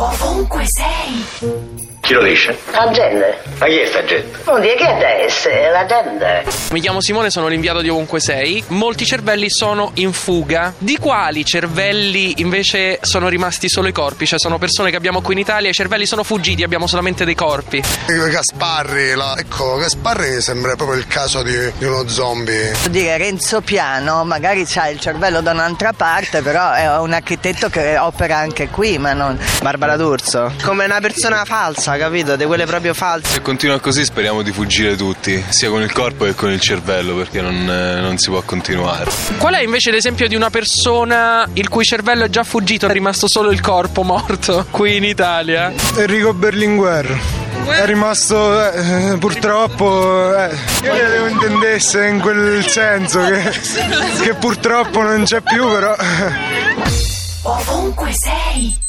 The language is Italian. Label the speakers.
Speaker 1: Ovunque sei,
Speaker 2: Chi lo dice?
Speaker 3: La gente.
Speaker 2: Ma chi è sta gente?
Speaker 3: Non dire che deve essere la gente.
Speaker 4: Mi chiamo Simone, sono l'inviato di Ovunque Sei. Molti cervelli sono in fuga. Di quali cervelli invece sono rimasti solo i corpi? Cioè sono persone che abbiamo qui in Italia, i cervelli sono fuggiti, abbiamo solamente dei corpi.
Speaker 5: Gasparri, la- ecco, Gasparri sembra proprio il caso di, di uno zombie.
Speaker 6: dire Renzo Piano magari ha il cervello da un'altra parte però è un architetto che opera anche qui ma non
Speaker 7: Barbara D'Urso. Come una persona falsa, capito? Di quelle proprio false.
Speaker 8: Se continua così speriamo di fuggire tutti, sia con il corpo che con il cervello, perché non, eh, non si può continuare.
Speaker 4: Qual è invece l'esempio di una persona il cui cervello è già fuggito, è rimasto solo il corpo morto qui in Italia?
Speaker 9: Enrico Berlinguer è rimasto eh, purtroppo eh, io credevo intendesse in quel senso che, che purtroppo non c'è più però
Speaker 1: ovunque sei.